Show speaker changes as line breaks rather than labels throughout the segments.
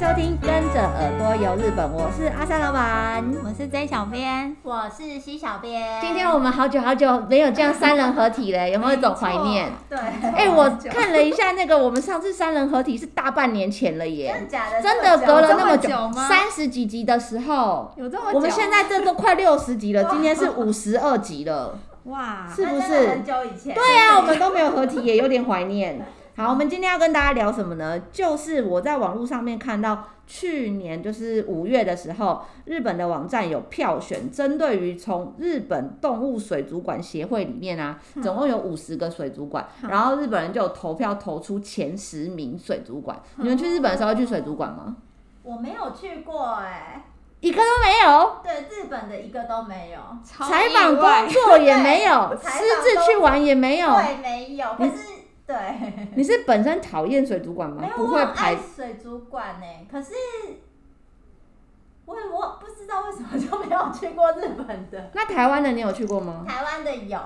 收听《跟着耳朵游日本》，我是阿三老板。
我是 J 小编，
我是西小编。
今天我们好久好久没有这样三人合体 了，有没有一种怀念？
对，
哎、我看了一下那个，我们上次三人合体是大半年前了
真
耶，
的假的？
真的隔了那么
这么久吗
三十几集的时候，
有这么久？
我们现在这都快六十集了，今天是五十二集了，
哇，
是不
啊真的
是
很？久以前？
对啊，我们都没有合体，也有点怀 念。好，我们今天要跟大家聊什么呢？就是我在网络上面看到，去年就是五月的时候，日本的网站有票选，针对于从日本动物水族馆协会里面啊，总共有五十个水族馆，
嗯
然后日本人就有投票投出前十名水族馆。你们去日本的时候去水族馆吗？
我没有去过哎、
一个都没有，
对，日本的一个都没有，
超
采
意
访
外
工作也没 有，
对
私自去玩也没有。
对，没有。可
你
是 对，
你是本身讨厌水族馆吗
没有？啊
不
我
会
很
排
爱水族馆呢、可是我我不知道为什么就没有去过日本的。
那台湾的你有去过吗？
台湾的有，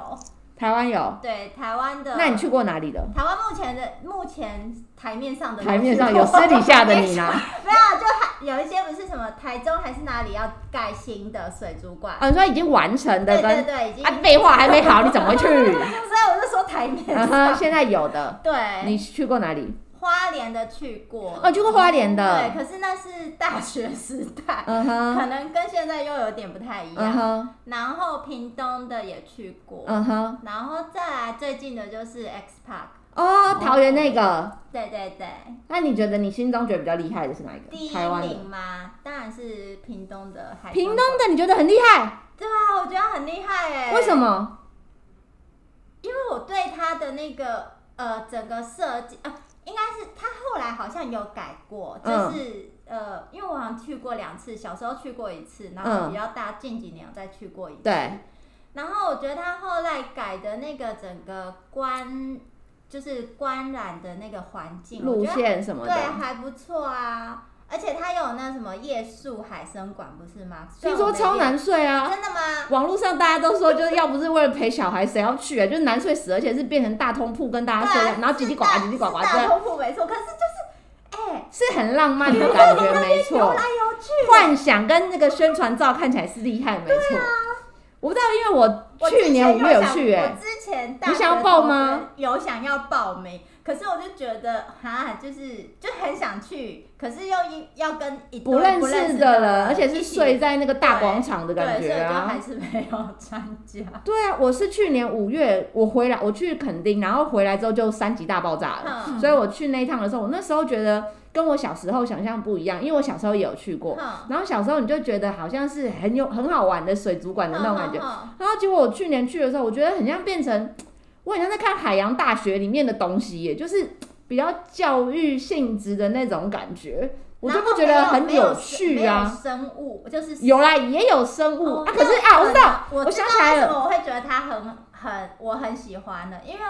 台湾有，
对，台湾的。
那你去过哪里的？
台湾目前的目前台面上的
台面上
有
有，
没
私底下的 你呢？
有？就还有一些不是什么台中还是哪里要盖新的水族馆。
啊，你说已经完成的
对对
跟
对，已经、
啊，废话还没好，你怎么 会去？
所啊以我就说台面
嗯
上，
哼，现在有的，
对，
你去过哪里？
花莲的去过，
哦，去过花莲
对，
的，
可是那是大学时代，
嗯
可
哼，
能跟现在又有点不太一
嗯
样。
哼，
然后屏东的也去过，
嗯哼，
然后再来最近的就是 X Park，
哦，桃园那个，
对对对，
那你觉得你心中觉得比较厉害的是哪一
第
个？
一
台湾的
名，嘛，当然是屏东的海。
屏东，的你觉得很厉害，
对啊，我觉得很厉害哎、
为什？么？
因为我对它的那个呃整个设计啊，应该是它后来好像有改过，就
嗯
是、呃，因为我好像去过两次，小时候去过一次，然
嗯
后比较大，近几年有再去过一次。
对，
然后我觉得它后来改的那个整个观，就是观览的那个环境，我
路
觉得
线什么
对啊
的，
还不错啊。而且它有那什么夜宿海参馆，不是吗？虽
听说
然我没
超
有
难睡啊。
真的吗？
网络上大家都说，就是要不是为了陪小孩，谁要去啊？就是难睡死，而且是变成大通铺跟大家睡，
对啊，
然后叽叽呱呱，叽叽呱呱，这
是大
样
通铺没错，可是就是哎。
是很浪漫的感觉，没
游
错
来。游去，
幻想跟那个宣传照看起来是厉害，没错。我不知道，因为我去年五月有去、
啊我
哎，
之前大学
你想要报吗？
有想要报名，可是我就觉得哈，就是就很想去，可是又一要跟一堆
不认识的人，而且是
一起
睡在那个大广场的
对，
感
所以
觉
就
啊
还。是没有参 加。
对啊，我是去年五月我回来，我去垦丁，然后回来之后就三级大爆炸了。
哼
所以我去那一趟的时候，我那时候觉得跟我小时候想象不一样，因为我小时候也有去过。
哼
然后小时候你就觉得好像是很有很好玩的水族馆的那种感觉，
哼
然后结果我去年去的时候，我觉得很像变成，我很像在看海洋大学里面的东西耶，就是比较教育性质的那种感觉，我就不觉得
然后
很
没有
趣啊。。
没有生物就是
有啦，也有生物、
哦
啊，可是啊，我知道，，
那我
我
知
想起来
为
了
什么我会觉得它很很我很喜欢的，因为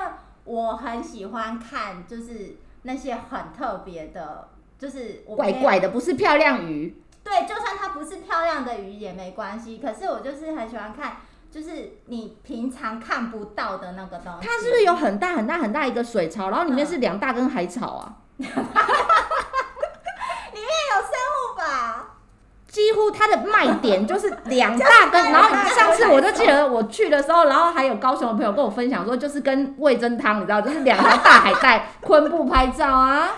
我很喜欢看就是那些很特别的，就是我
怪
没有
怪的，不是漂亮鱼，
对，就算它不是漂亮的鱼也没关系，可是我就是很喜欢看，就是你平常看不到的那个东西。
它是不是有很大很大很大一个水槽，然后里
嗯
面是两大根海草啊？
有生物吧？
几乎它的卖点就是两大根，然后上次我就记得我去的时候，然后还有高雄的朋友跟我分享说，就是跟味噌汤，你知道，就是两条大海带昆布拍照啊，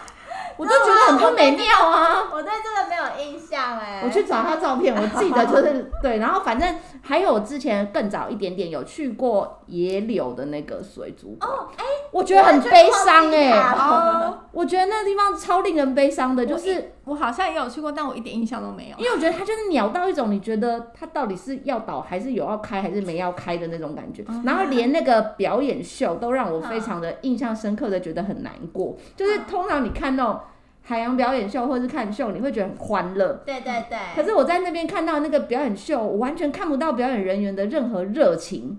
我就觉得很不美妙啊。
我对这个没有印象哎、
我去找他照片，我记得就是对，然后反正还有我之前更早一点点有去过野柳的那个水族馆，
哦，哎、
我觉得很悲伤哎、
哦，
我觉得那地方超令人悲伤的，就
我
是
一我好像也有去过，但我一点印象都没有
因。为我觉得它就是鸟到一种你觉得它到底是要倒还是有要开还是没要开的那种感觉，
嗯
然后连那个表演秀都让我非常的印象深刻的觉得很难过，
嗯
就是通常你看那种海洋表演秀或是看秀，你会觉得很欢乐。
对对对，
可是我在那边看到那个表演秀，我完全看不到表演人员的任何热情，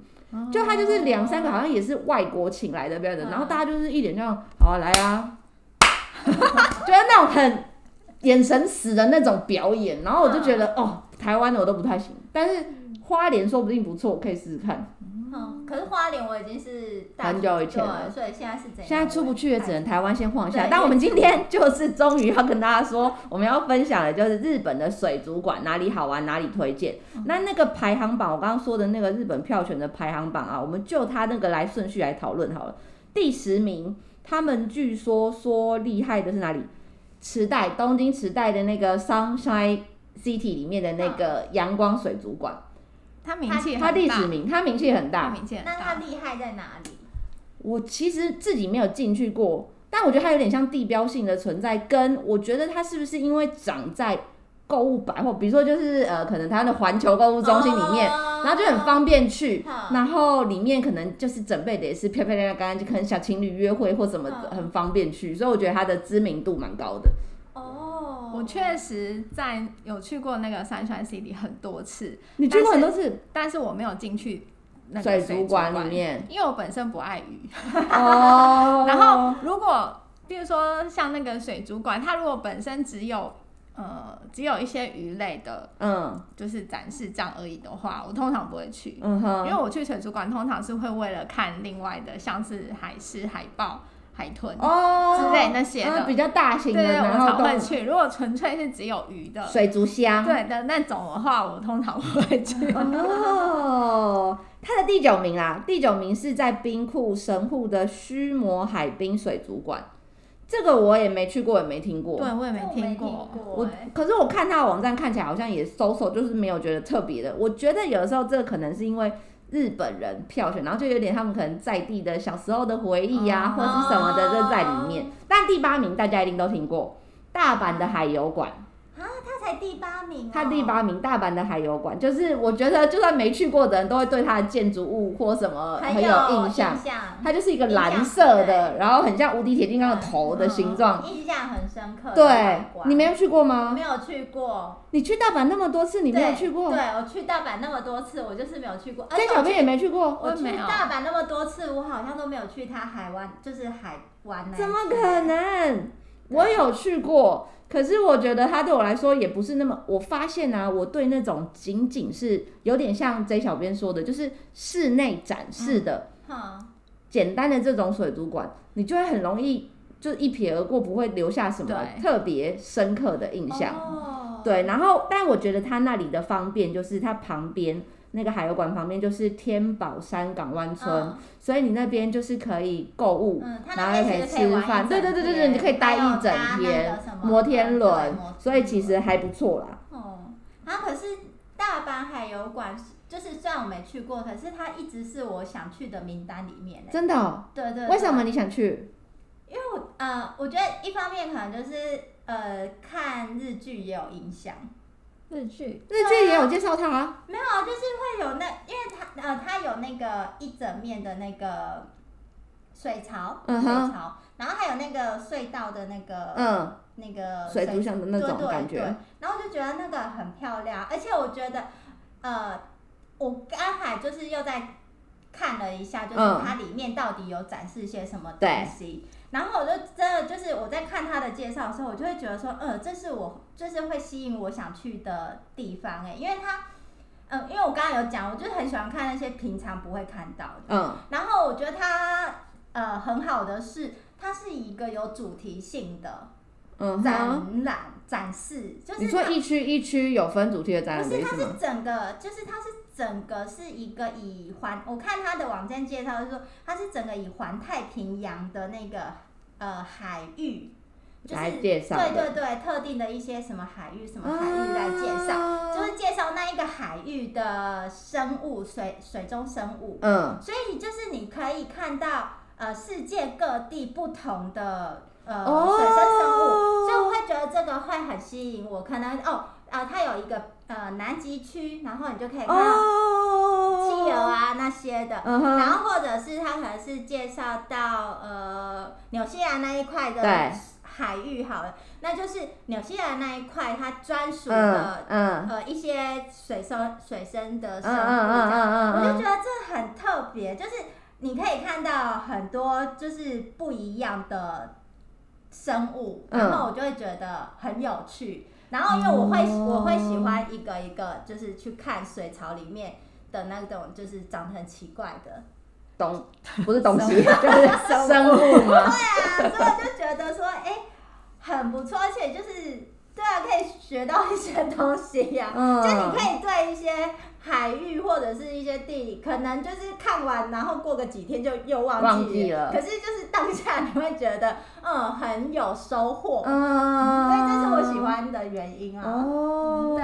就他就是两三个好像也是外国请来的表演人，
嗯
然后大家就是一脸这样，好啊来啊， 就是那种很眼神死的那种表演，然后我就觉得、哦，台湾的我都不太行，但是花莲说不定不错，我可以试试看。
嗯，可是花莲我已经是大
很久以前
对
了
所以现在是怎样？
现在出不去也只能台湾先晃一下
对。
但我们今天就是终于要跟大家说，我们要分享的就是日本的水族馆哪里好玩，哪里推荐。
嗯
那那个排行榜，我刚刚说的那个日本票选的排行榜啊，我们就它那个来顺序来讨论好了。第十名，他们据说说厉害的是哪里？池袋，东京池袋的那个 Sunshine City 里面的那个阳光水族馆，
他名气很大，
它第十名，它名气很大
他。名气很
那它
大，
厉害在哪里？
我其实自己没有进去过，但我觉得它有点像地标性的存在，跟我觉得它是不是因为长在购物百货，比如说就是呃，可能它的环球购物中心里面，
哦
然后就很方便去。
嗯
好
然后里面可能就是准备的也是漂漂亮亮、干干净，可能小情侣约会或什么的，
嗯
很方便去，所以我觉得它的知名度蛮高的。
哦，
我确实在有去过那个山川 CD 很多次，
你去过很多次
但是我没有进去那个
水
水
族
族
馆哦
馆
里， 面
因为我本身不爱鱼。
哦，
然后如果比如说像那个水族馆，它如果本身只有呃只有一些鱼类的，
嗯
就是展示这样而已的话，我通常不会去。
嗯
因
哼
为我去水族馆通常是会为了看另外的，像是海狮、海豹、海豚
哦
之类那些的，
嗯比较大型
对
的，
对，我
然后
才
动
会
物
去。如果纯粹是只有鱼的，
水族箱，
对的那种的话，我通常不会去。
哦，它的第九名啦，第九名是在冰库神户的须磨海滨水族馆，这个我也没去过，也没听过。
对，我也
这
没
我
听
听
过。
我
过欸，
可是我看它的网站看起来好像也搜搜，就是没有觉得特别的。我觉得有的时候这可能是因为日本人票选，然后就有点他们可能在地的小时候的回忆呀、
哦
或是什么的就在里面。但第八名大家一定都听过，大阪的海游馆。
他才第八名哦，
它第八名，大阪的海游馆，就是我觉得就算没去过的人都会对它的建筑物或什么
很
很有印象
象。，
它就是一个
印象嗯
蓝色的，
对
然后很像无敌铁金刚的头的形状。
印象很深刻的
对
外，观。
你没有去过
我
吗？
没有去过，
你去大阪那么多次，你没有
对
去过
对，？我去大阪那么多次，我就是没有去过。而且
在小编也没去过，
我
我没
去
有
大阪那么多次，我好像都没有去它海湾，就是海湾呢。
怎么可？能？我有去过，可是我觉得它对我来说也不是那么。我发现啊，我对那种仅仅是有点像 J 小编说的，就是室内展示的。
哼，
简单的这种水族馆，你就会很容易就一瞥而过，不会留下什么
对
特别深刻的印象。
哦，
对，然后但我觉得它那里的方便就是它旁边那个海游馆旁边就是天宝山港湾村，
嗯，
所以你那边就是可以购物，
嗯，它
然后
那
又
边其实可以
吃
玩一
饭，
整
对对对对对，
天
你可以待一整
还有搭那
天
个什么，
摩天
对
轮
摩天，轮
所以其实还不错啦。
哦，啊，可是大阪海游馆是就是虽然我没去过，可是它一直是我想去的名单里面欸
真的哦、
对对
为什？么
对
你想去？
因为我呃，我觉得一方面可能就是呃，看日剧也有影响，
日剧
日剧也有介绍它啊，
没有，就是会有那，因为它呃，它有那个一整面的那个水槽，
嗯
水
哼
槽，然后还有那个隧道的那个、
嗯，
那个
水族箱的那种感
呃对对
觉
对，然后就觉得那个很漂亮，而且我觉得，呃，我刚才就是又在看了一下，就是
嗯
它里面到底有展示些什么
对
东西。然后我就真的就是我在看它的介绍的时候，我就会觉得说，呃，这是我就是会吸引我想去的地方哎、因为它，嗯、因为我刚刚有讲，我就是很喜欢看那些平常不会看到的。
嗯。
然后我觉得它呃很好的是，它是一个有主题性的，
嗯哼，
展览展示，就是
你说
它
一区一区有分主题的展览
不
的
是
意
它
思
是
吗？
整个，就是它是整个是一个以环，我看它的网站介绍是说它是整个以环太平洋的那个呃海域，就是
来介绍
对
的，
对对，特定的一些什么海域什么海域来介绍，
绍
就是介绍那一个海域的生物水水中生物，
嗯，
所以就是你可以看到呃世界各地不同的呃、
哦
水生生物，所以我会觉得这个会很吸引我。可能哦啊、它有一个呃南极区，然后你就可以看到
哦，
企鹅，啊那些的。
嗯
然
哼，
后或者是它可能是介绍到呃纽西兰那一块的
对
海域好了，那就是纽西兰那一块它专属
嗯
的、
嗯
呃一些水生水生的
嗯嗯
生物这样
嗯
我
嗯
就觉
嗯
得呃这很特别，就是你可以看到很多就是不一样的生物，
嗯
然后我就会觉得很有趣。然后因为我会、
哦
我会喜欢一个一个就是去看水槽里面的那种，就是长得很奇怪的。
东不是东西， 就是生物吗？
对啊，所以我就觉得说，哎、很不错，而且就是对啊，可以学到一些东西啊呀、
嗯
就你可以对一些海域或者是一些地理，可能就是看完，然后过个几天就又忘记
忘记了
可是就是当下你会觉得，嗯，很有收获，
嗯
所以这是我喜欢的原因啊。
哦，
对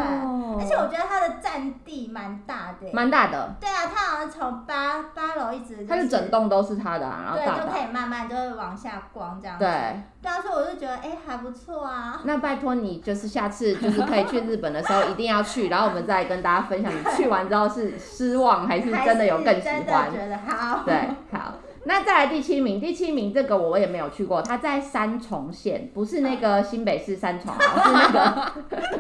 而且我觉得它的占地蛮大的耶、
蛮大的，
对啊，它好像从八八楼一直、就是，
它是整栋都是它的啊，然后
对，
大
就可
的，
以慢慢就是往下逛这样子。
对。
对啊，所以我就觉得，哎、还不错啊。
那拜托你，就是下次就是可以去日本的时候一定要去，然后我们再跟大家分享你去完之后是失望还是真的有更喜
还
欢
是。真的觉得好。
对，好，那再来第七名，第七名这个我也没有去过，它在三重县，不是那个新北市三重，哦而是那个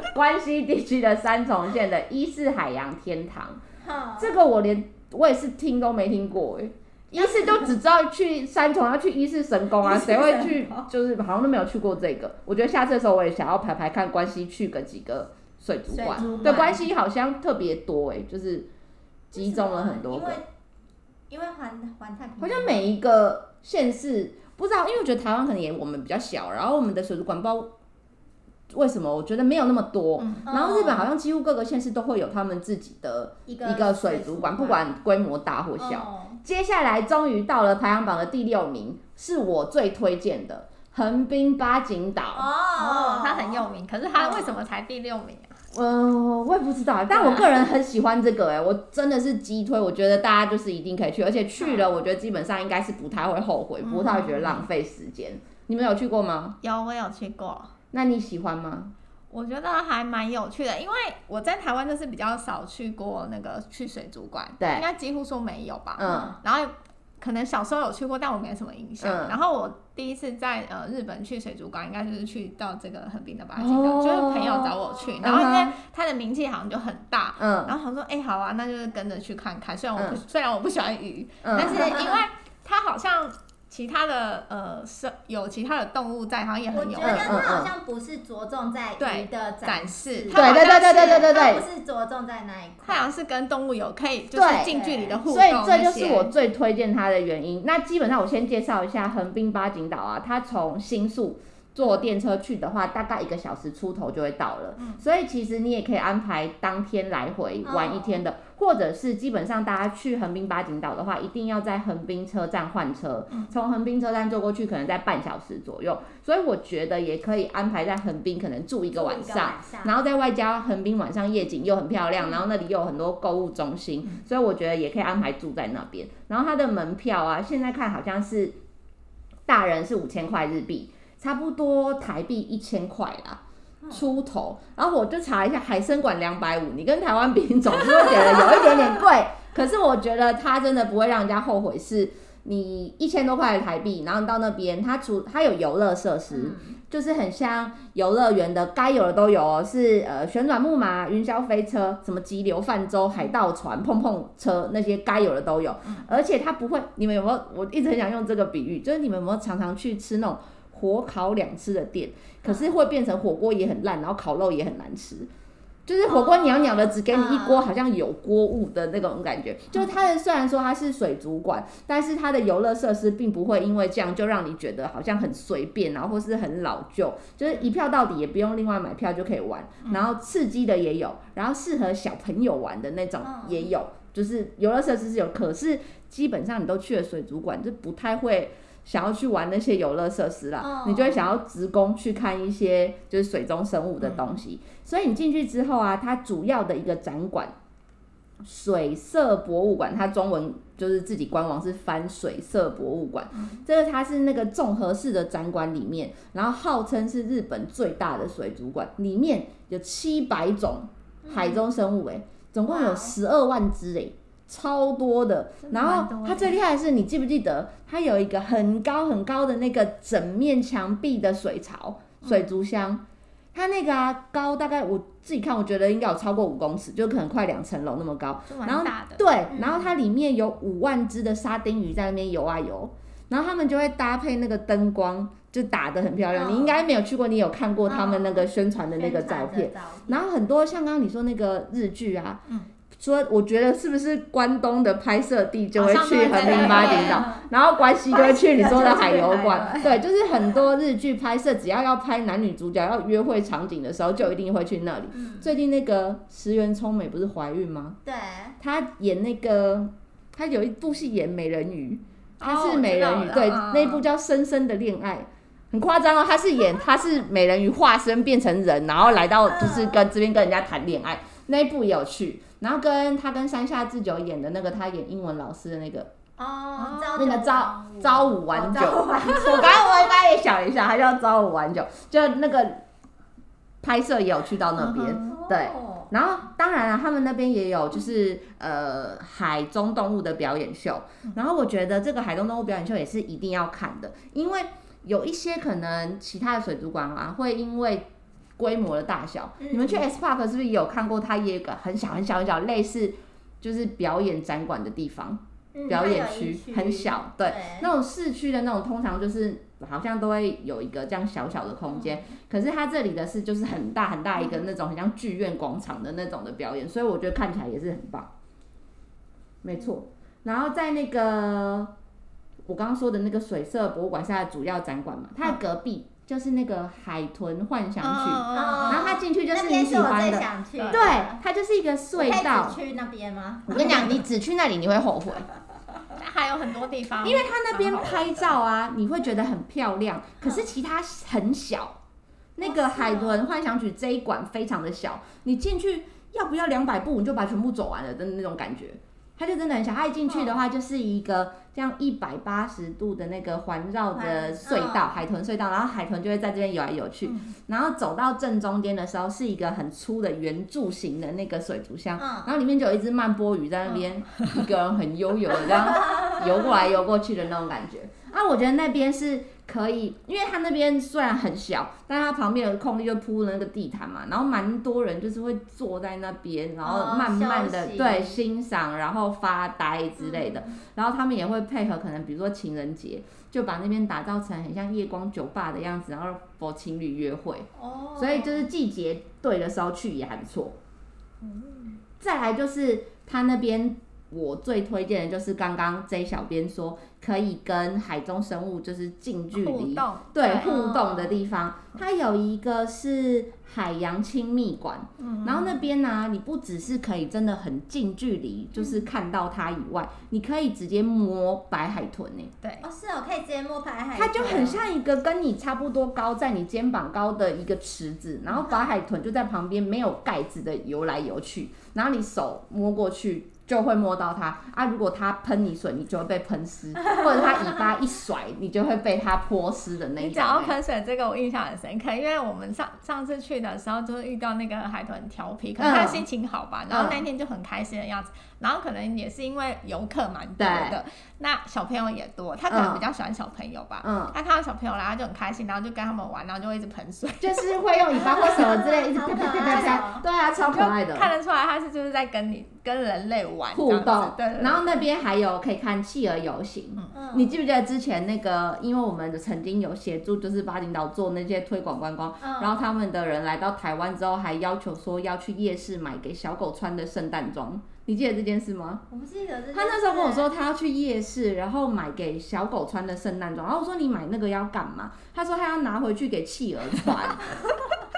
关西地区的三重县的伊势海洋天堂。
哼，
这个我连我也是听都没听过哎、伊势就只知道去三重要去伊势神宫啊，
伊势
谁
神宫
会去？就是好像都没有去过这个。我觉得下次的时候我也想要排排看关西去个几个水族
水
馆
族，
对
馆
关西好像特别多哎、就是集中了很多
因
个
为，因为环环太平洋，
好像每一个县市不知道，因为我觉得台湾可能也我们比较小，然后我们的水族馆不知道为什么我觉得没有那么多，
嗯，
然后日本好像几乎各个县市都会有他们自己的
一
一个水族馆，不管规模大或小。
哦
接下来终于到了排行榜的第六名，是我最推荐的横滨八景岛。
哦
哦，，它很有名，可是它为什么才第六名啊？
嗯、我也不知道，但我个人很喜欢这个哎、我真的是激推，我觉得大家就是一定可以去，而且去了，我觉得基本上应该是不太会后悔，不太会觉得浪费时间。你们有去过吗？
有，我有去过，
那你喜欢吗？
我觉得还蛮有趣的，因为我在台湾就是比较少去过那个去水族馆，
对
应该几乎说没有吧。
嗯
然后可能小时候有去过，但我没什么印象。
嗯
然后我第一次在呃日本去水族馆，应该就是去到这个横滨的八景岛，
哦
就是朋友找我去，
嗯哼
然后因为它的名气好像就很大。
嗯
然后想说，哎、好啊，那就是跟着去看看。虽然我不、
嗯
虽然我不喜 欢鱼，但
嗯，
是因为它好像其他的呃生有其他的动物在，好像也
我
很有
觉
嗯
得
嗯嗯
它好像不是着重在鱼的
展示。，
示
对对对对对对对
它不是着重在那一
太
块。
阳是跟动物有可以就是近距离的互动
所以这
那
就
些，
是我最推荐它的原因。那基本上我先介绍一下横滨八景岛啊，它从新宿坐电车去的话，大概一个小时出头就会到了。所以其实你也可以安排当天来回玩一天的，或者是基本上大家去横滨八景岛的话，一定要在横滨车站换车，从横滨车站坐过去可能在半小时左右。所以我觉得也可以安排在横滨，可能住一个晚上。然后在外加横滨晚上夜景又很漂亮，然后那里又有很多购物中心，所以我觉得也可以安排住在那边。然后它的门票啊，现在看好像是大人是五千块日币，差不多台币一千块啦。出头，然后我就查一下海参馆两百五，你跟台湾比，你总是会觉得有一点点贵。可是我觉得它真的不会让人家后悔，是你一千多块的台币，然后你到那边，它除它有游乐设施，就是很像游乐园的，该有的都有哦，是呃旋转木马、云霄飞车、什么急流泛舟、海盗船、碰碰车那些该有的都有，而且它不会，你们有没有？我一直很想用这个比喻，就是你们有没有常常去吃那种火烤两吃的店，可是会变成火锅也很烂，然后烤肉也很难吃。就是火锅袅袅的，只给你一锅，好像有锅物的那种感觉。就是它的虽然说它是水族馆，但是它的游乐设施并不会因为这样就让你觉得好像很随便，然后或是很老旧，就是一票到底也不用另外买票就可以玩。然后刺激的也有，然后适合小朋友玩的那种
嗯
也有，就是游乐设施是有，可是基本上你都去了水族馆，就不太会。想要去玩那些游乐设施啦，
嗯
你就会想要职工去看一些就是水中生物的东西，
嗯
所以你进去之后啊，它主要的一个展馆。水色博物馆，它中文就是自己官网是翻水色博物馆，
嗯
这个它是那个综合式的展馆里面，然后号称是日本最大的水族馆，里面有七百种海中生物、欸，总共
哇
有
哦
十二万只，哎，超多的。
真的
然
蛮多
后
的
它最厉害的是，你记不记得它有一个很高很高的那个整面墙壁的水槽、水族箱，它那个啊高大概我自己看，我觉得应该有超过五公尺，就可能快两层楼那么高。
就
然后
蛮大的，
对，
嗯
然后它里面有五万只的沙丁鱼在那边游啊游，然后他们就会搭配那个灯光，就打得很漂亮。
哦
你应该没有去过，你有看过他们那个宣传的那个
宣传
照
的
片。
照片，
然后很多像刚刚你说那个日剧啊，说我觉得是不是关东的拍摄地就会
好像
去
都
横
在
滨
那
八
边
鼎岛，然后关西就会去你说的海游馆，
关
对，就是很多日剧拍摄，只要要拍男女主角要约会场景的时候，就一定会去那里。
嗯，
最近那个石原聪美不是怀孕吗？
对，
她演那个，她有一部戏演美人鱼，她
哦
是美人鱼，
嗯
对，那一部，叫《深深的恋爱》，很夸张哦，她是演她是美人鱼化身变成人，然后来到就是跟这边跟人家谈恋爱，那一部也有去。然后跟她跟山下智久演的那个，她演英文老师的那个
哦，朝
那个
九
朝
晚五
朝五晚 九，
哦朝晚
我刚刚我刚刚也想一下，他叫朝五晚九，就那个拍摄也有去到那边。
九
对
哦
然后当然了、他们那边也有就是呃海中动物的表演秀，
嗯
然后我觉得这个海中动物表演秀也是一定要看的，因为有一些可能其他的水族馆啊会因为规模的大小，
嗯
你们去 S Park 是不是也有看过它也有一个很小很小很小类似就是表演展馆的地方，
嗯
表
它
演
有一
区很小，对。那种市区的那种，通常就是好像都会有一个这样小小的空间，可是它这里的是就是很大很大一个那种很像剧院广场的那种的表演，所以我觉得看起来也是很棒。没错，然后在那个我刚刚说的那个水色博物馆是它的主要展馆嘛，它的隔壁就是那个海豚幻想曲，
嗯
然后它进去就
那
哦是
边
你
是
喜
我
欢
最
的，
想去的，
对，它就是一个隧
我
道。
可以只去那边吗？
我跟你讲，你只去那里你会后悔。
但还有很多地方，
因为它那边拍照啊，你会觉得很漂亮，可是其他很小。那个海豚幻想曲这一馆非常的小，你进去要不要两百步你就把全部走完了的那种感觉，它就真的很小。它一进去的话，就是一个这样一百八十度的那个环绕嗯的隧道，海豚隧道，然后海豚就会在这边游来游去，然后走到正中间的时候是一个很粗的圆柱形的那个水族箱，
嗯，
然后里面就有一只慢波鱼在那边，一个人很悠游的这 样游过来游过去的那种感觉。啊，我觉得那边是可以，因为它那边虽然很小，但它旁边有空地就铺了那个地毯嘛，然后蛮多人就是会坐在那边，然后
哦
慢慢的、
休息
对欣赏，然后发呆之类的。
嗯，
然后他们也会配合，可能比如说情人节，就把那边打造成很像夜光酒吧的样子，然后 for 情侣约会。
哦，
所以就是季节对的时候去也还不错。再来就是他那边我最推荐的就是刚刚 J 小编说可以跟海中生物就是近距
互
离
动，
对
对
互动的地方，
嗯
它有一个是海洋亲密馆，
嗯
然后那边呢、你不只是可以真的很近距
嗯
离就是看到它以外，你可以直接摸白海豚呢、
对，
哦是哦，可以直接摸拍海豚，
它就很像一个跟你差不多高，在你肩膀高的一个池子，
嗯
然后法海豚就在旁边没有盖子的游来游去，然后你手摸过去就会摸到它啊。如果它喷你水，你就会被喷湿， 或者它尾巴一甩，你就会被它泼湿的那一
你
种
讲到
欸。
喷水这个，我印象很深刻，因为我们上上次去的时候，就是遇到那个海豚调皮，可能他
嗯
心情好吧，然后
嗯
那天就很开心的样子，然后可能也是因为游客蛮多的，那小朋友也多，他可
嗯
能比较喜欢小朋友吧，
嗯，
他看到小朋友来，他就很开心，然后就跟他们玩，然后就会一直喷水，
就是会用尾巴或什么之类，一直
好
啪
可
啪啪啪
爱
啪
哦，
对啊，超可爱
就
的。
看得出来他是就是在跟你跟人类玩
互
这样子
动
对对，对
然后那边还有可以看企鹅游行，
嗯，
你记不记得之前那个？因为我们曾经有协助，就是巴厘岛做那些推广观光，
嗯
然后他们的人来到台湾之后，还要求说要去夜市买给小狗穿的圣诞装。你记得这件事吗？
我不记得这件事
他那时候跟我，说他要去夜市，然后买给小狗穿的圣诞装。然后我说你买那个要干嘛？他说他要拿回去给企鹅穿。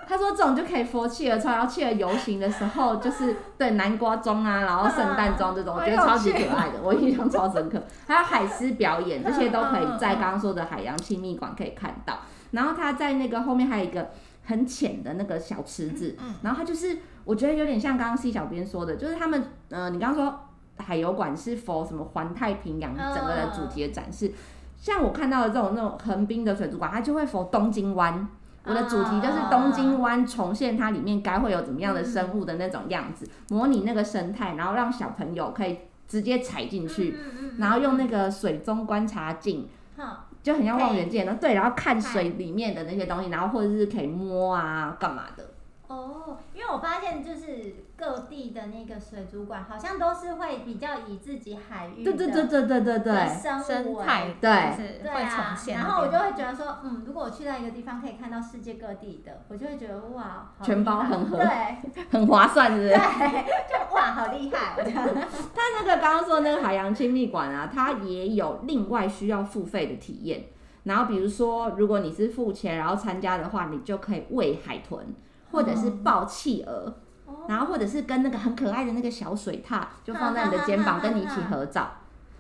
他说这种就可以 for 企鹅穿，然后企鹅游行的时候就是对南瓜装啊，然后圣诞装这种，我觉得超级可爱的，我印象超深刻。还有海狮表演，这些都可以在刚刚说的海洋亲密馆可以看到。然后它在那个后面还有一个很浅的那个小池子，然后它就是我觉得有点像刚刚 C 小编说的，就是他们呃，你刚刚说海游馆是否什么环太平洋
嗯
整个的主题的展示，像我看到的这种那种横滨的水族馆，它就会否东京湾。我的主题就是东京湾重现它里面该会有怎么样的生物的那种样子，模拟那个生态，然后让小朋友可以直接踩进去，
嗯，
然后用那个水中观察镜
好，
就很像望远镜，然后对，然后看水里面的那些东西，然后或者是可以摸啊，干嘛的，
哦，因为我发现就是各地的那个水族馆好像都是会比较以自己海域的
对对对对对对对
的，生
生
物
态
对
是
对
会
啊
重，现那边。
然后我就会觉得说，嗯，如果我去到一个地方可以看到世界各地的，我就会觉得哇，好
全
厉
包
害
很合
对
很划算，是不是？
对，就哇，好厉害，我觉得
但那个刚刚说那个海洋亲密馆啊，它也有另外需要付费的体验。然后比如说，如果你是付钱然后参加的话，你就可以喂海豚，或者是抱企鹅，
哦
然后或者是跟那个很可爱的那个小水獭，就放在你的肩 膀，跟你一起合照。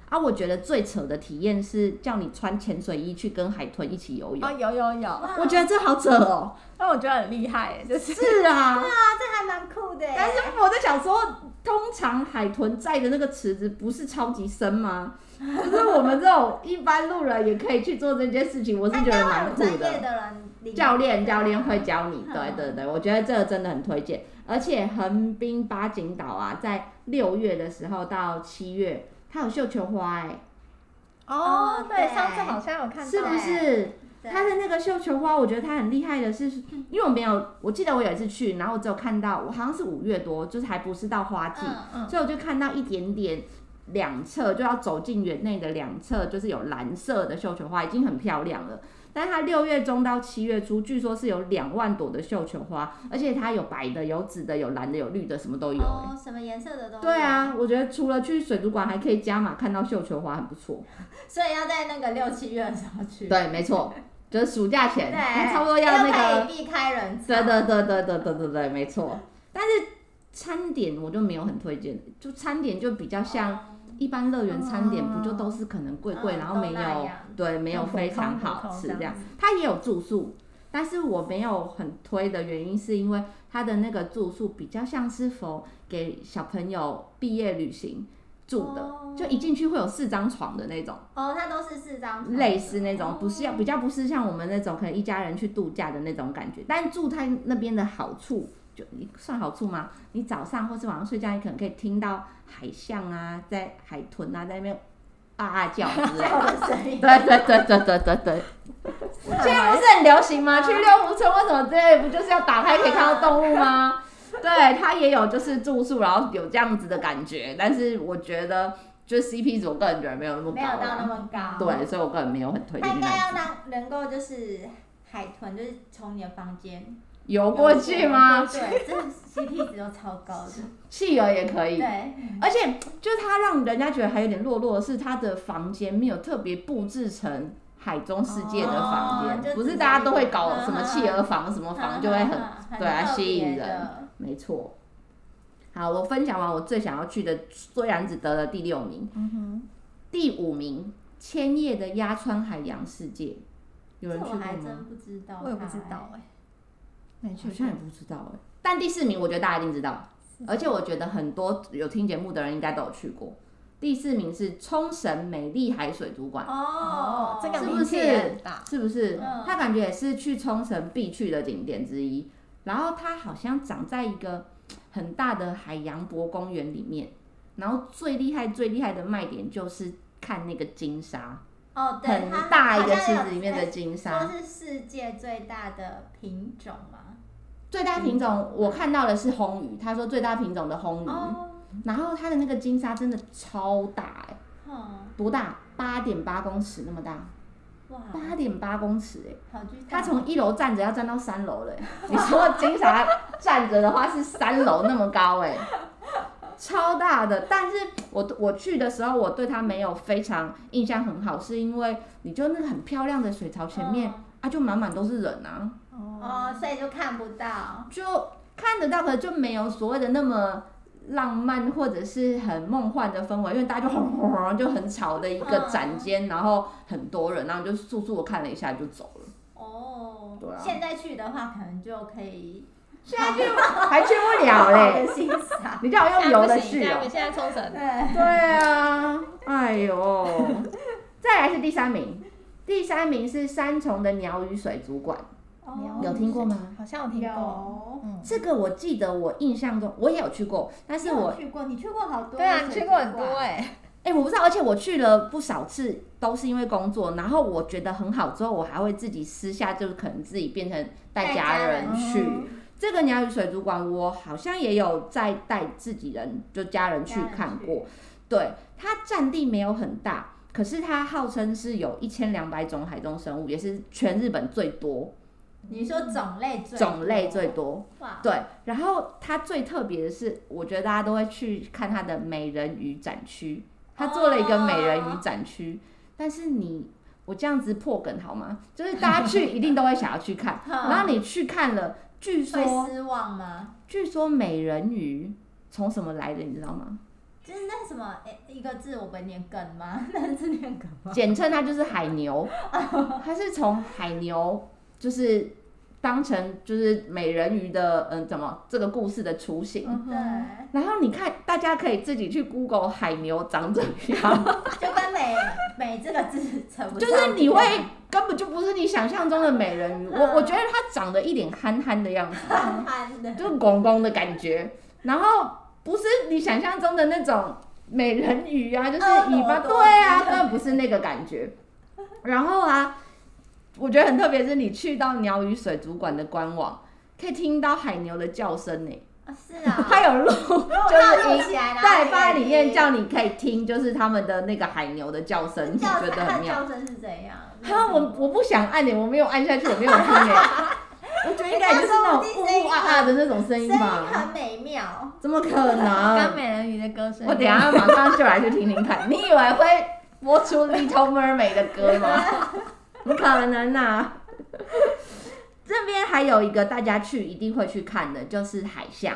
啊，我觉得最扯的体验是叫你穿潜水衣去跟海豚一起游泳，
哦，有有有，
我觉得这好扯哦。
那我觉得很厉害，就 是
是 啊，
哇，这还蛮酷的耶。
但是我在想说，通常海豚在的那个池子不是超级深吗？就是我们这种一般路人也可以去做这件事情，我是
哎那
觉
应
得
该会
蛮
有
酷
专业
的。
的人领导
教练教练会教你，
嗯
对对对，我觉得这个真的很推荐。而且横滨八景岛啊，在六月的时候到七月，它有绣球花、欸，
哦，对，
对
上次好像有看到，
是不是？
哎对
它的那个绣球花，我觉得它很厉害的是， 因为我没有，我记得我有一次去，然后我只有看到，我好像是五月多，就是还不是到花季，
嗯
嗯
所以我就看到一点点两侧就要走进园内的两侧，就是有蓝色的绣球花，已经很漂亮了。但是它六月中到七月初，据说是有两万朵的绣球花，而且它有白的、有紫的、有蓝的、有绿的，什么都有、欸。
哦，什么颜色的都有
对，啊，我觉得除了去水族馆，还可以加码看到绣球花，很不错。
所以要在那个六七月的时候去，
对，没错，就是暑假前，
对，
差不多要那个
又可以避开人潮，
对对对对对对对对，没错。但是餐点我就没有很推荐，就餐点就比较像
哦
一般乐园餐点，
哦
不就都是可能贵贵，
嗯
然后没
都那
有
样
对没有
很普
非
通
常
普
好
通
吃
这
这样
样子。
它也有住宿，但是我没有很推的原因是因为它的那个住宿比较像是否给小朋友毕业旅行住的，
哦
就一进去会有四张床的那种。
哦，它都是四张床
类似那种，不是要
哦
比较不是像我们那种可能一家人去度假的那种感觉。但住它那边的好处，就你算好处吗？你早上或是晚上睡觉，你可能可以听到海象啊，在海豚啊在那边啊啊叫之类
最
的。
后的声音，
对对对对对对对，现在不是很流行吗？去六福村为什么之类，不就是要打开可以看到动物吗？对，它也有就是住宿，然后有这样子的感觉，但是我觉得就是 CP 值，我个人觉得没有那么高
没有
啦，
到那么高，
对，所以我个人没有很推
它
荐去那
应该
里
要让能够就是海豚，就是从你的房间
游过去吗？
对，这 CP 值都超高的，
汽油也可以，
对，
而且就是它让人家觉得还有点落落的是，它的房间没有特别布置成海中世界的房
哦
间，
就
不
只
是
是
大家都会搞
一个
什么企鹅房什么
嗯
房，就会很对啊吸引人
人。
没错。好，我分享完我最想要去的，虽然只得了第六名，
嗯哼，
第五名千叶的鸭川海洋世界，有人
这
去
我
过
还
吗？
真不知道它欸，
我也不知道哎，没
好
去
像
过
也，不知道哎、但第四名我觉得大家一定知道，而且我觉得很多有听节目的人应该都有去过。第四名是冲绳美丽海水族馆，
哦
哦，，这个
是不
名气也很大，
是不是
嗯？
它感觉也是去冲绳必去的景点之一。然后它好像长在一个很大的海洋博公园里面，然后最厉害最厉害的卖点就是看那个金沙，
哦，对，
很
它
大一
好
个
像
池
有哎
子里面的金沙。
说是世界最大的品种嘛。
最大品种我看到的是红鱼，他说最大品种的红鱼，
哦，
然后它的那个金沙真的超大哎、
哼，
多大？八点八公尺那么大，
哇，
八点八公尺哎、
好巨大。
它从一楼站着要站到三楼嘞、 你说金沙站着的话是三楼那么高哎、超大的。但是我我去的时候，我对它没有非常印象很好，是因为你就那个很漂亮的水槽前面、啊，就满满都是人啊，
嗯哦，所以就看不到。
就看得到，可就没有所谓的那么浪漫或者是很梦幻的氛围，因为大家就轰轰轰就很吵的一个展间，然后很多人，然后就速速的看了一下就走了。
哦
对啊，
现在去的话，可能就可 以
现在去 还去不
好
了
好
嘞，
的欣赏。
你叫我用游的
现
去
在
哦、
不行现在冲绳
对，
对啊，哎呦， 再来是第三名，第三名是三重的鸟语水族馆，
哦
有听过吗？
嗯好像有听过，
有。
嗯，
这个我记得我印象中我也有去过，但是
你有
我
去过，你去过好多。
对啊，你去过很多。哎，
哎、我不知道，而且我去了不少次，都是因为工作。然后我觉得很好之后，我还会自己私下就可能自己变成带家人
带家人
去，
嗯
这个鸟语水族馆，我好像也有在带自己人，就家人去看过。对，它占地没有很大，可是它号称是有一千两百种海中生物，也是全日本最多，
你说种类最
种类
多
最多。
哇，
对，然后它最特别的是，我觉得大家都会去看它的美人鱼展区，它做了一个美人鱼展区。但是你，我这样子破梗好吗？就是大家去一定都会想要去看，然后你去看了，据
嗯会
说
失望吗？
据说美人鱼从什么来的，你知道吗？
就是那什么诶一个字我们念梗吗？那字念梗吗？
简称它就是海牛，它是从海牛就是当成就是美人鱼的嗯怎么这个故事的雏形。
嗯
对，
然后你看，大家可以自己去 Google 海牛长怎 样，
就跟美美这个字扯不上边
就是你会根本就不是你想象中的美人鱼。我
嗯
我觉得它长得一脸憨憨的样子，
憨憨的，
就是公公的感觉，然后不是你想象中的那种美人鱼 啊，就是尾巴，
婀娜多姿
对啊，根本不是那个感觉。然后啊，我觉得很特别，是你去到鸟语水族馆的官网，可以听到海牛的叫声呢、
啊是 啊，
它有录，就是
就
音
是起来，然后
在
它
吧
也
里面叫你可以听，就是他们的那个海牛的叫声，我
叫
觉得
它
很妙。
叫声是怎样？
还有我我不想按你，欸我没有按下去，我没有听 哎、我觉得应该也就是那种呜呜啊啊的那种声
声
音
音
吧？
很美妙，
怎么可
跟
能？
嗯美人鱼的歌声一样，
我等一下马上就来去听听看。你以为会播出 Little Mermaid 的歌 吗？不可能啊！这边还有一个大家去一定会去看的，就是海象。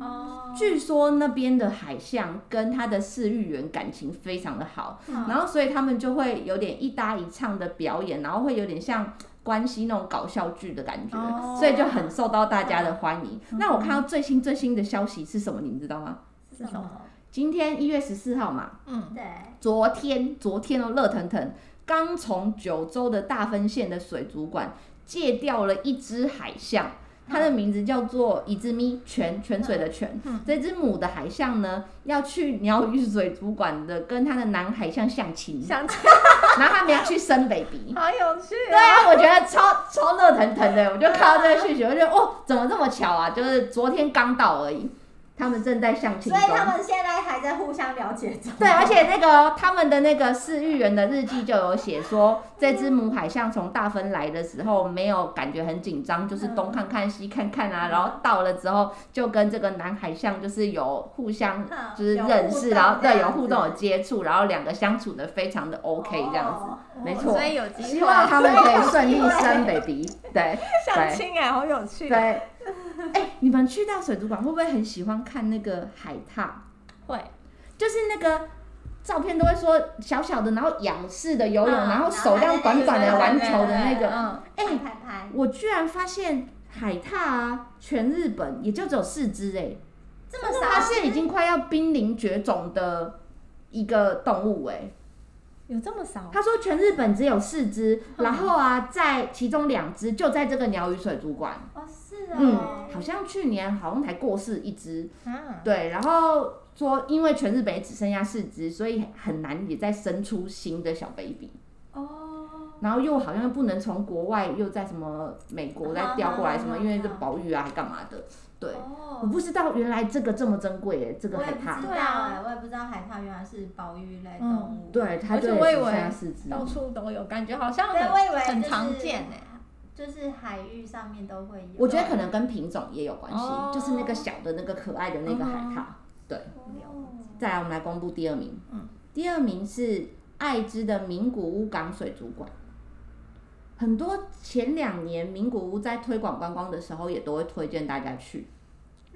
哦，
据说那边的海象跟它的饲育员感情非常的好，然后所以他们就会有点一搭一唱的表演，然后会有点像关系那种搞笑剧的感觉，
哦嗯
所以就很受到大家的欢迎。那我看到最新最新的消息是什么，你知道吗？
是什么？
今天一月十四号嘛，
嗯，
对，
昨天昨天哦，热腾腾刚从九州的大分县的水族馆借掉了一只海象，它的名字叫做伊之咪泉泉水的泉。
嗯
这只母的海象呢，要去鸟语水族馆的跟它的男海象相亲，
想起
然后他们要去生 baby。
好有趣
对
啊！
啊，我觉得超超热腾腾的，我就看到这个讯息，我就觉得哦，怎么这么巧啊？就是昨天刚到而已，他们正在相亲
所
中
以。他们现在还在互相了解中，
对，而且那个他们的那个饲育员的日记就有写说，这只母海象从大分来的时候没有感觉很紧张，就是东看看西看看啊，
嗯
然后到了之后就跟这个南海象就是有互相
嗯
就是
有
认
互
识，
动
然后
这
对有
样
互
子
动有接触，然后两个相处的非常的 OK 这样子，
哦
没错
所以有机
希
会
望他们可以顺利
有机会
生 baby，对
相亲哎，好有趣
对。。哎、你们去到水族馆会不会很喜欢看那个海獭？
会，
就是那个照片都会说小小的，然后仰视的游泳，
嗯
然后手这样短短的玩球的那
对
个。
嗯，
哎、
拍拍拍，
我居然发现海獭啊，全日本也就只有四只哎、
这么
那
少
它，是已经快要濒临绝种的一个动物哎、
有这么少？
他说全日本只有四只，
嗯
然后啊，在其中两只就在这个鸟语水族馆。
哦是
嗯
哦，，
好像去年好像才过世一只，
啊，
对，然后说因为全日本也只剩下四只，所以很难也再生出新的小 baby。
哦，
然后又好像不能从国外又在什么美国
哦
再调过来什么，因为这保育啊还干嘛的。对，我
哦，
不知道原来这个这么珍贵耶，这个
我也
海
不
獭
知。道
对啊
哎，我也不知道海獭原来是保育类动物，
对，它
而且
就
我
也
以
只剩
为
下四只。
到处都有，感觉好像
对，我以为
很很
就是
常见哎。
就是海域上面都会有，
我觉得可能跟品种也有关系，
哦嗯
就是那个小的那个可爱的那个海獭。
哦
再来，我们来公布第二名。
嗯
第二名是爱知的名古屋港水族馆。很多前两年名古屋在推广观光的时候，也都会推荐大家去。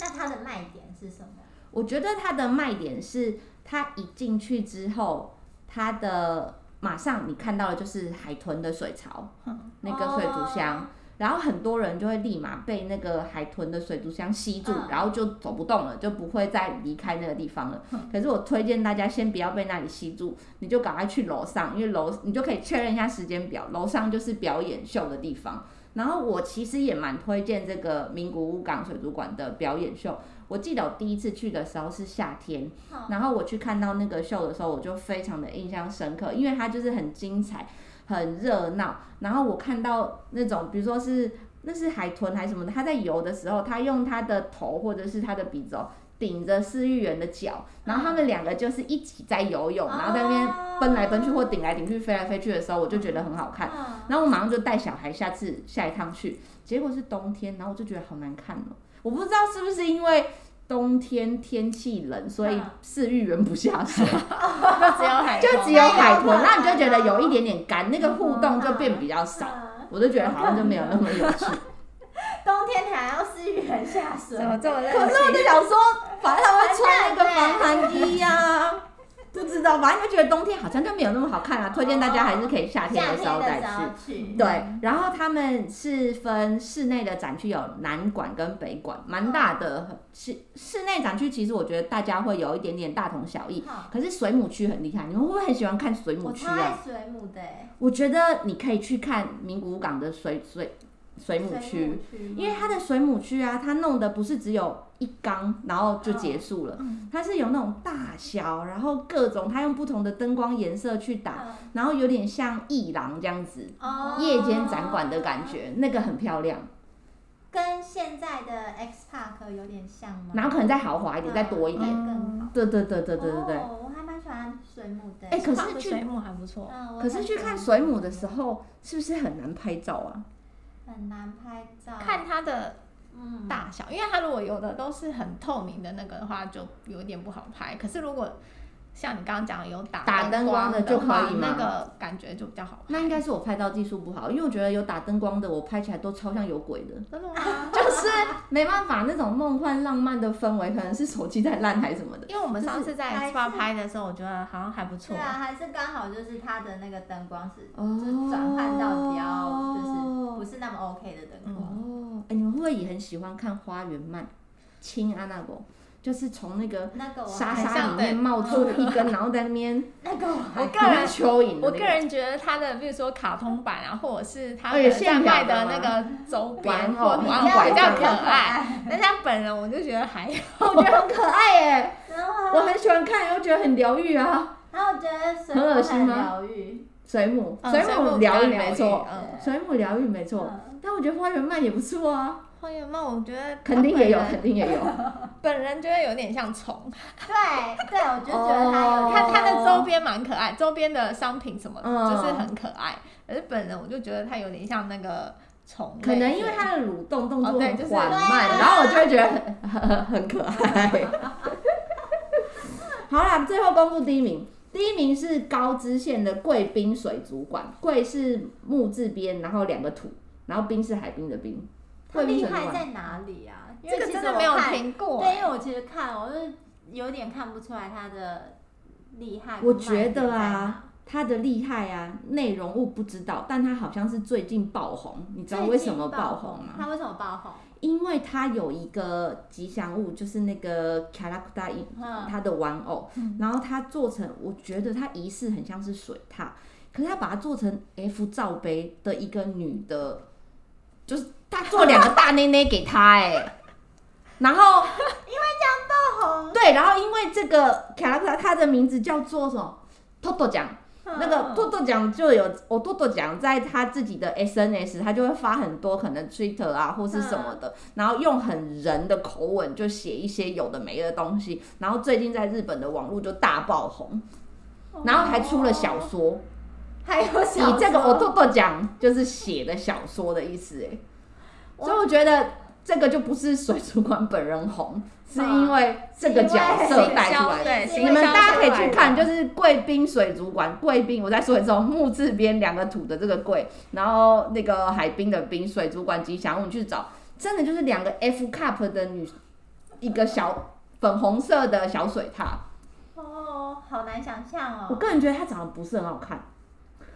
那它的卖点是什么？
我觉得它的卖点是，它一进去之后，它的马上你看到的就是海豚的水槽，
嗯
那个水族箱。
哦
然后很多人就会立马被那个海豚的水族箱吸住，
嗯
然后就走不动了，就不会再离开那个地方了。可是我推荐大家先不要被那里吸住，你就赶快去楼上，因为楼你就可以确认一下时间表，楼上就是表演秀的地方。然后我其实也蛮推荐这个名古屋港水族馆的表演秀。我记得我第一次去的时候是夏天，
好
然后我去看到那个秀的时候，我就非常的印象深刻，因为它就是很精彩、很热闹。然后我看到那种，比如说是那是海豚还是什么的，它在游的时候，它用它的头或者是它的鼻子哦顶着饲育员的脚，然后他们两个就是一起在游泳，然后在那
哦
边奔来奔去或顶来顶去、飞来飞去的时候，我就觉得很好看。
看，
然后我马上就带小孩下次下一趟去，结果是冬天，然后我就觉得好难看哦。我不知道是不是因为冬天天气冷，所以
嗯
饲育员不下水，
就只有海
就
豚
只有海
那
豚，
有
那你就觉得有一点点干，那个互动就
嗯
变比较少，
嗯
我就觉得好像就没有那么有趣。
冬天还要是人下水，
怎么这么任
可是我
性？
就想说，反正他们会穿那个防寒衣呀、不知道，反正就觉得冬天好像就没有那么好看啊。推荐大家还是可以夏天
夏
的时
天
候再
的
去
时。候去，
对，然后他们是分室内的展区有南馆跟北馆，蛮大的。室室内展区其实我觉得大家会有一点点大同小异，
好
可是水母区很厉害，你们会不会很喜欢看水母
我
区
超
啊？
爱水母的欸，
我觉得你可以去看名古屋港的水水水母区，
区，
因为它的水母区啊，它弄的不是只有一缸，然后就结束了，它是有那种大小，然后各种，它用不同的灯光颜色去打，
嗯
然后有点像艺廊这样子，
哦
夜间展馆的感觉，那个很漂亮。
跟现在的 X Park 有点像吗？
然后可能再豪华一点，
嗯
再多一点。
嗯
更好。
对对对对对对对。
哦，我还蛮喜欢水母的。
哎可是
它的
去
水母还不错，
嗯，我
可是
很
去
喜
看
欢
水母的时候，是不是很难拍照啊？
很难拍照，
看它的
嗯
大小，因为它如果有的都是很透明的那个的话，就有点不好拍。可是如果像你刚刚讲的有打
打灯光的
的
就可以
话
吗
那个感觉就比较好拍。
那应该是我拍照技术不好，因为我觉得有打灯光的，我拍起来都超像有鬼的。
真的吗？
就是没办法，那种梦幻浪漫的氛围，可能是手机在烂还是什么的。
因为我们上次在
就是
X 八拍的时候，我觉得好像还不错
对。啊，还是刚好就是它的那个灯光是
哦
就是转换到比较就是不是那么 OK 的灯光。
哦，哎、你们会不会也很喜欢看花园漫？亲安娜狗就是从那个
那个我
沙
还
好
沙
像
里面
对
冒出一根，然后在那边
那个我还
我个
好
人
像蚯蚓的那
我个
个。
人觉得它的，比如说卡通版啊，或者是它
哦有
的
线
在
条
卖
的
的
吗
那个周边
玩偶
或
比
玩
较
偶比较
比
可
较
爱。，但像本人，我就觉得还
我觉得很可爱耶，
然后
我很喜欢看，又觉得很疗愈啊。
然后我觉得水
很恶
母
心
很
吗
疗愈，
水母，
嗯
水
水
母
母比
疗
较
愈
疗
没
愈
错，
嗯
水母疗愈没错。
嗯
但我觉得花园漫也不错啊，
荒原梦，我觉得它
肯定也有，
本人
肯定也有。
本人觉得有点像虫，
对对，我就觉得它有
哦
它它的周边蛮可爱，周边的商品什么的
嗯
就是很可爱，可是本人我就觉得它有点像那个虫类，
可能因为它的蠕动动作
哦对
很
就是
缓慢，
对啊
然后我就会觉得很很很可爱。好啦，最后公布第一名，第一名是高知县的贵宾水族馆，贵是木字边，然后两个土，然后冰是海滨的冰。
它
贵宾
厉
水族
害
馆，
在哪里啊？因
这
为
个
其
真
实
的
我
没有
看
听过，
对，因
欸
为我其实看，我是有点看不出来它的厉害跟
我
卖
觉
点在哪。
得啊，它的厉害啊，内容物不知道，但它好像是最近爆红，你知
最
道
近
为什么
爆
爆红吗？
它为什么爆红？
因为它有一个吉祥物，就是那个卡拉库达伊
嗯，
它的玩偶，然后它做成，我觉得它疑似很像是水獭，可是它把它做成 F 罩杯的一个女的，就是它做 两个大内内给她哎、 然后
爆红
对，然后因为这个卡拉克拉它的名字叫做什么？豆豆奖，那个
嗯
豆豆奖就有我豆豆奖在他自己的 SNS，他就会发很多可能 Twitter 啊或是什么的，
嗯
然后用很人的口吻就写一些有的没的东西，然后最近在日本的网络就大爆红，然后还出了小
哦，
说，
还有小
以这个我
说
豆豆奖就是写的小说的意思哎，所以我觉得这个就不是水族馆本人红，是因为这个角色带出来的。
对，
是
你
行
们
销
大家可以
出来
去
的
看，就是贵宾水族馆，贵宾，我再说一次哦，木字边两个土的这个贵，然后那个海滨的滨，水族馆吉祥物，你去找，真的就是两个 F cup 的女，一个小粉红色的小水獭，
哦，好难想象
我
哦。
个人觉得它长得不是很好看，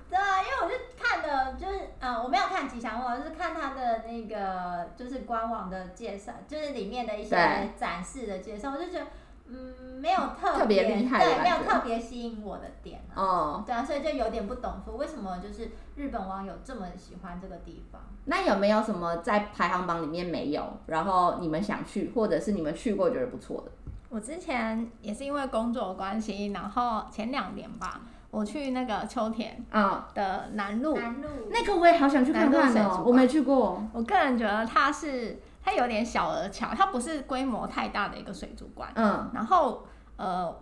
对啊，因为我就看的，就是呃，我没有看吉祥物，我就是看它的那个就是官网的介绍，就是里面的一些
对
展示的介绍，我就觉得嗯，没有特
特别厉害的
对，没有
感觉
特别吸引我的点啊。
哦、
对啊，所以就有点不懂，说为什么就是日本网友这么喜欢这个地方。
那有没有什么在排行榜里面没有，然后你们想去，或者是你们去过觉得不错的？
我之前也是因为工作的关系，然后前两年吧，我我去那个秋田
啊，
的南路，
南路
那个我也好想去看看
南
哦
路水，族
我没去过。
我个人觉得它是它有点小而巧，它不是规模太大的一个水族馆。
嗯
然后呃，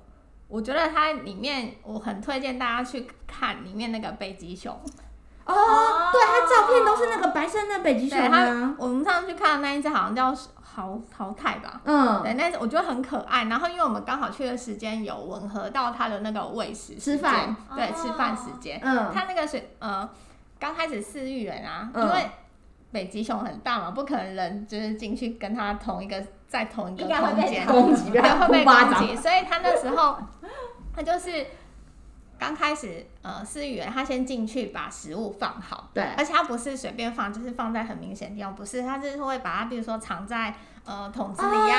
我觉得它里面我很推荐大家去看里面那个北极熊，
哦，对，它照片都是那个白色那北极熊
对它
啊。
我们上次去看的那一只好像叫淘淘汰吧。
嗯，
对，那只我觉得很可爱。然后，因为我们刚好去的时间有吻合到它的那个喂食时
吃
间
饭，
对，吃饭
哦
时间。
嗯，
它那个水呃，刚开始饲育员啊，
嗯
因为北极熊很大嘛，不可能人就是进去跟它同一个在同一个
应该会
空
被
间，
打
攻击
对，会被
呼 巴
攻
掌。
击，所以它那时候它就是刚开始呃，饲育员他先进去把食物放好。
对，
而且它不是随便放，就是放在很明显的地方，不是，它就是会把它，比如说藏在呃桶子里呀、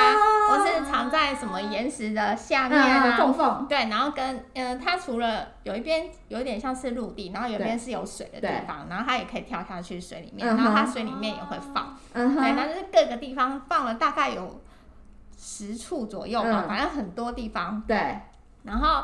或是藏在什么岩石的下面啊，
嗯，缝缝，
对，然后跟呃，它除了有一边有点像是陆地，然后有一边是有水的地方，然后它也可以跳下去水里面，
嗯哼
然后它水里面也会放，
嗯
对，然
哼，
后就是各个地方放了大概有十处左右吧，
嗯
反正很多地方。
对，
然后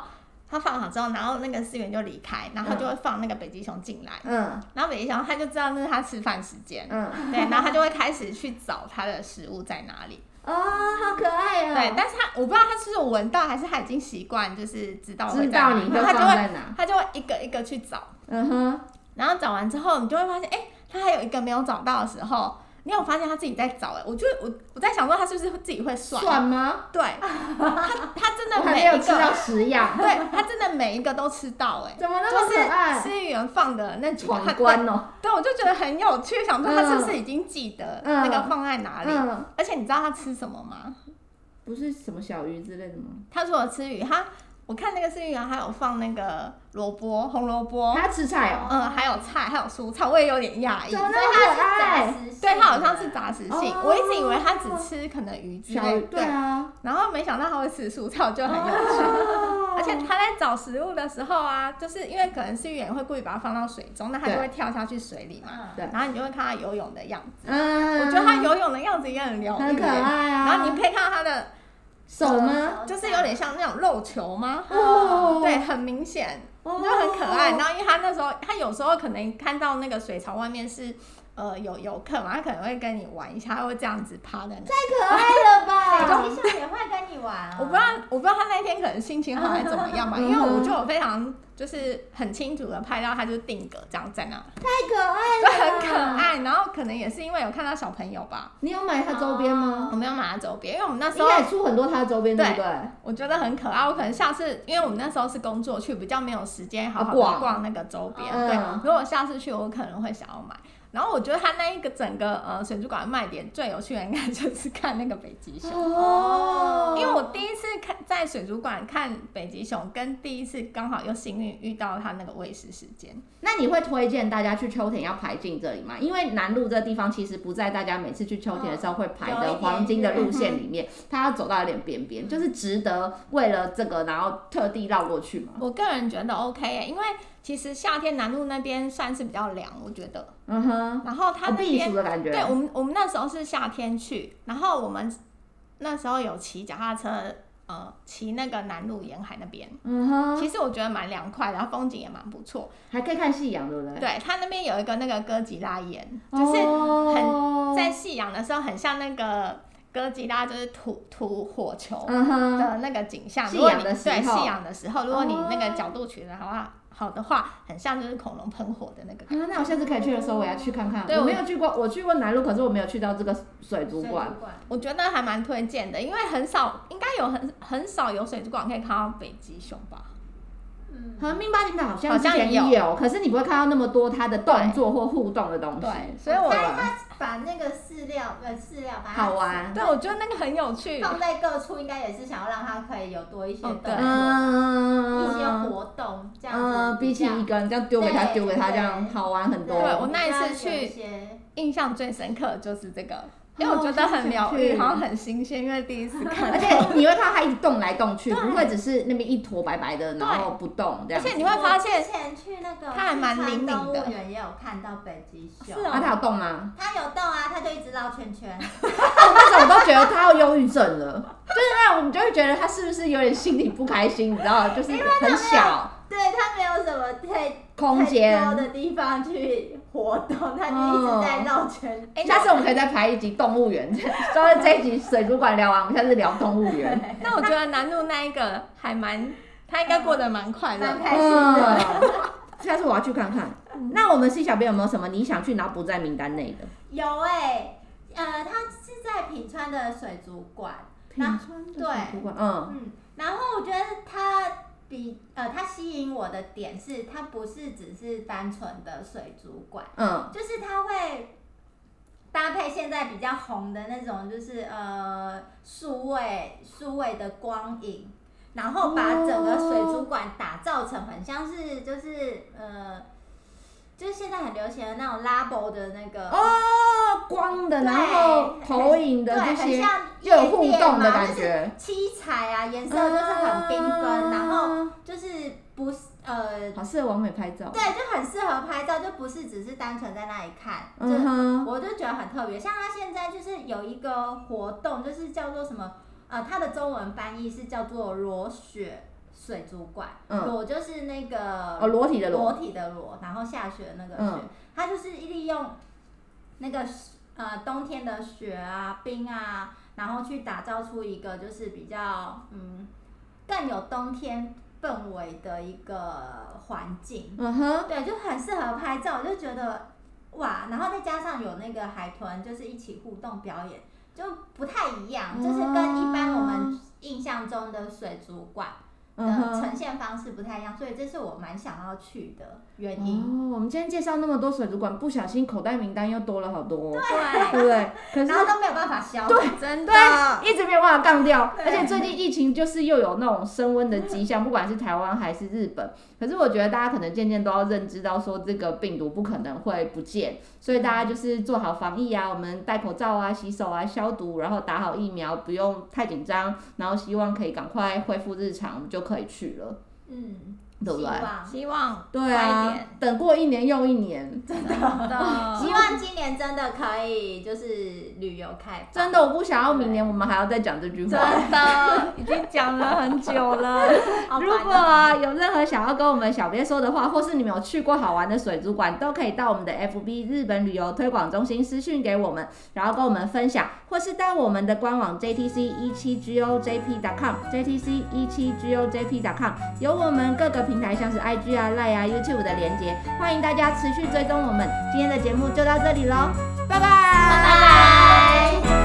它放好之后，然后那个思源就离开，然后就会放那个北极熊进来，
嗯
然后北极熊它就知道那是它吃饭时间，
嗯，
对，然后它就会开始去找它的食物在哪里。
哦，好可爱哦。
对，但是它我不知道它是不是闻到，还是它已经习惯，就是知道会
知
在哪
道
里
你
然
会
后它
放
就会
在哪。
他就会一个一个去找，
嗯哼，
然后找完之后，你就会发现，哎、他还有一个没有找到的时候，你有发现他自己在找、哎，我就我我在想说，他是不是自己会算？
算吗？
对，他他真
我
的
还
每
没有
一
吃到
个，
十样，
对他真的每一个都吃到、哎。
怎么那么
就是
可爱？
司议员放的那几个，
闯
他
关哦，
对，我就觉得很有趣，想说他是不是已经记得那个
嗯
放在哪里？
嗯，
而且你知道他吃什么吗？
不是什么小鱼之类的吗？
他除了吃鱼，他我看那个司议员还有放那个萝卜，红萝卜，
它吃菜哦，
嗯，还有菜，还有蔬菜，我也有点讶异。
怎么
所以它
啊那么
哦
是
可
杂
爱？
食性
对，它好
的
像是杂食性，
哦
我一直以为它只吃可能鱼之
小
类
鱼，
的，哦
对啊，哦
然后没想到它会吃蔬菜，我就很有趣。而且它在找食物的时候啊，就是因为可能是鱼也会故意把它放到水中，那它就
对
会跳下去水里嘛，
对
然后你就会看它游泳的样子。
嗯，
我觉得它游泳的样子也很疗
很
愈
可
耶。
爱啊。
然后你可以看到它的，
嗯
手吗？
就是有点像那种肉球吗？
哦，
对，，很明显，
哦
就很可爱。然后因为他那时候，他有时候可能看到那个水槽外面是呃有游客嘛，他可能会跟你玩一下，他会这样子趴在那。
太可爱了 吧？
北极熊也会跟你玩啊、
啊我不知道，我不知道他那天可能心情好还是怎么 样吧，因为
嗯
我就有非常就是很清楚的拍到他就定格这样在那，
太可爱
就
了，
很可。爱。然后可能也是因为有看到小朋友吧，
你有买它周边吗？
我没有买他周边，因为我们那时
应
候
该也出很多它的周边，对不对？
我觉得很可爱。我可能下次，因为我们那时候是工作去，比较没有时间好好地
哦逛
逛那个周边。
嗯
对，如果下次去，我可能会想要买。然后我觉得它那一个整个呃水族馆的卖点最有趣的，应该就是看那个北极熊。
哦，
因为我第一次看在水族馆看北极熊，跟第一次刚好又幸运遇到它那个喂食时间，
那你会推荐大家去秋田要排进这里吗？因为南路这地方其实不在大家每次去秋田的时候会排
有一
的
点
黄金的路线里面，它要走到有点边边，就是值得为了这个然后特地绕过去嘛。
我个人觉得 OK，、欸、因为其实夏天南路那边算是比较凉，我觉得。
嗯哼，
然后它
好
那
哦避
边
暑的感觉。
对我们，我们那时候是夏天去，然后我们那时候有骑脚踏车，呃，骑那个南路沿海那边，
嗯哼，
其实我觉得蛮凉快的，然后风景也蛮不错。
还可以看夕阳，对不对？哦
对，它那边有一个那个哥吉拉岩，就是
很
在夕阳的时候很像那个哥吉拉，就是吐吐火球
嗯哼，
的那个景象。
夕
如果
阳
你
的时
对
候
夕阳的时候，如果你那个
哦
角度取得好啊好的话，很像就是恐龙喷火的那个感觉。
啊，那我下次可以去的时候，我要去看看。
对
我没
我
有去过，我去过南路，可是我没有去到这个水族
水族
馆。
馆
我觉得还蛮推荐的，因为很少，应该有很很少有水族馆可以看到北极熊吧？
嗯，
和命巴领导好像
好
之
像
前
有
有，可是你不会看到那么多它的动作或互动的东西。
对，所以
对
我
但是它把那个饲料呃饲料把它
好玩。
对我觉得那个很有趣，
放在各处，应该也是想要让它可以有多一些
哦
动
对
作、
嗯，
一些活动这样子。
嗯，比起一个人这样丢给他
对
丢给他这样
对
好玩很多。
对我那一次去
比较有一些
印象最深刻的就是这个，因为我觉得很疗
好想去
愈，好像很新鲜，因为第一次 看
而
到。
且你会看到它一直动来动去，不会只是那边一坨白白的，然后不动这
而
样。
且你会发现
我之前去那个
它还蛮灵敏的
四川动物园也有看到北极熊，
是哦
那它有动吗？
它有动啊，它就一直绕 圈圈。
我那时候我都觉得他有忧郁症了，就是那种我们就会觉得他是不是有点心里不开心，你知道吗？就是很小，
对，它没有什什么太
空间
太。多的地方去活动，他就一直在绕圈。
哎、
下
那
次我们可以再排一集动物园，就是这一集水族馆聊啊完，我们下次聊动物 园。
那我觉得南路那一个还蛮，他应该过得蛮快乐
蛮
的。
开心的。
嗯下次我要去看看。那我们 C 小编有没有什么你想去然后不在名单内的？
有哎、呃，他是在品川的水族馆，那
川
对
水族馆，嗯，
嗯，然后我觉得他比呃，他吸引我的点是，他不是只是单纯的水族馆，
嗯，
就是他会搭配现在比较红的那种，就是呃数位数位的光影，然后把整个水族馆打造成很像是就是呃，就是现在很流行的那种 labo 的那个
哦，光的，
对
然后投影的
对，
这
很
些，
像
就有
夜
互
店
动的
嘛，
感
就是
觉，
七彩啊，颜色就是很缤纷，然后
后
就是不是呃，
嗯好适合完美拍照。
对，就很适合拍照，就不是只是单纯在那里看，就
嗯哼，
我就觉得很特别。像他现在就是有一个活动，就是叫做什么呃，它的中文翻译是叫做裸雪水族馆，
嗯
裸就是那个
哦，裸体的
裸
裸，
体的裸，然后下雪的那个雪，
嗯
它就是利用那个呃冬天的雪啊、冰啊，然后去打造出一个就是比较嗯更有冬天氛围的一个环境，
嗯哼，
对，就很适合拍照，我就觉得哇，然后再加上有那个海豚，就是一起互动表演，就不太一样，就是跟一般我们印象中的水族馆。
哦嗯
的
哼。
呈现方式不太一样，所以这是我蛮想要去的原因。
哦，我们今天介绍那么多水族馆，不小心口袋名单又多了好多，
对，
对不对？可
然
是
后都没有办法消，
真的。
对，啊一直没有办法杠掉，
对
而且最近疫情就是又有那种升温的迹象，不管是台湾还是日本。可是我觉得大家可能渐渐都要认知到，说这个病毒不可能会不见，所以大家就是做好防疫啊，我们戴口罩啊、洗手啊、消毒，然后打好疫苗，不用太紧张，然后希望可以赶快恢复日常，我们就可以去了，
嗯，
对不对？
希望
希望
对
快一
啊
点，
等过一年又一年，
真
哦
的
希望今年真的可以就是旅游开放，
真的我不想要明年我们还要再讲这句话。
真的已经讲了很久了。
好
如
烦
果
哦
啊有任何想要跟我们小编说的话，或是你们有去过好玩的水族馆，都可以到我们的 FB 日本旅游推广中心私讯给我们，然后跟我们分享，或是到我们的官网 JTC 一七 GOJP.com JTC 一七 GOJP.com 有我们各个平台像是 IG 啊、Line 啊、YouTube 的连接，欢迎大家持续追踪我们。今天的节目就到这里喽，拜拜
拜拜。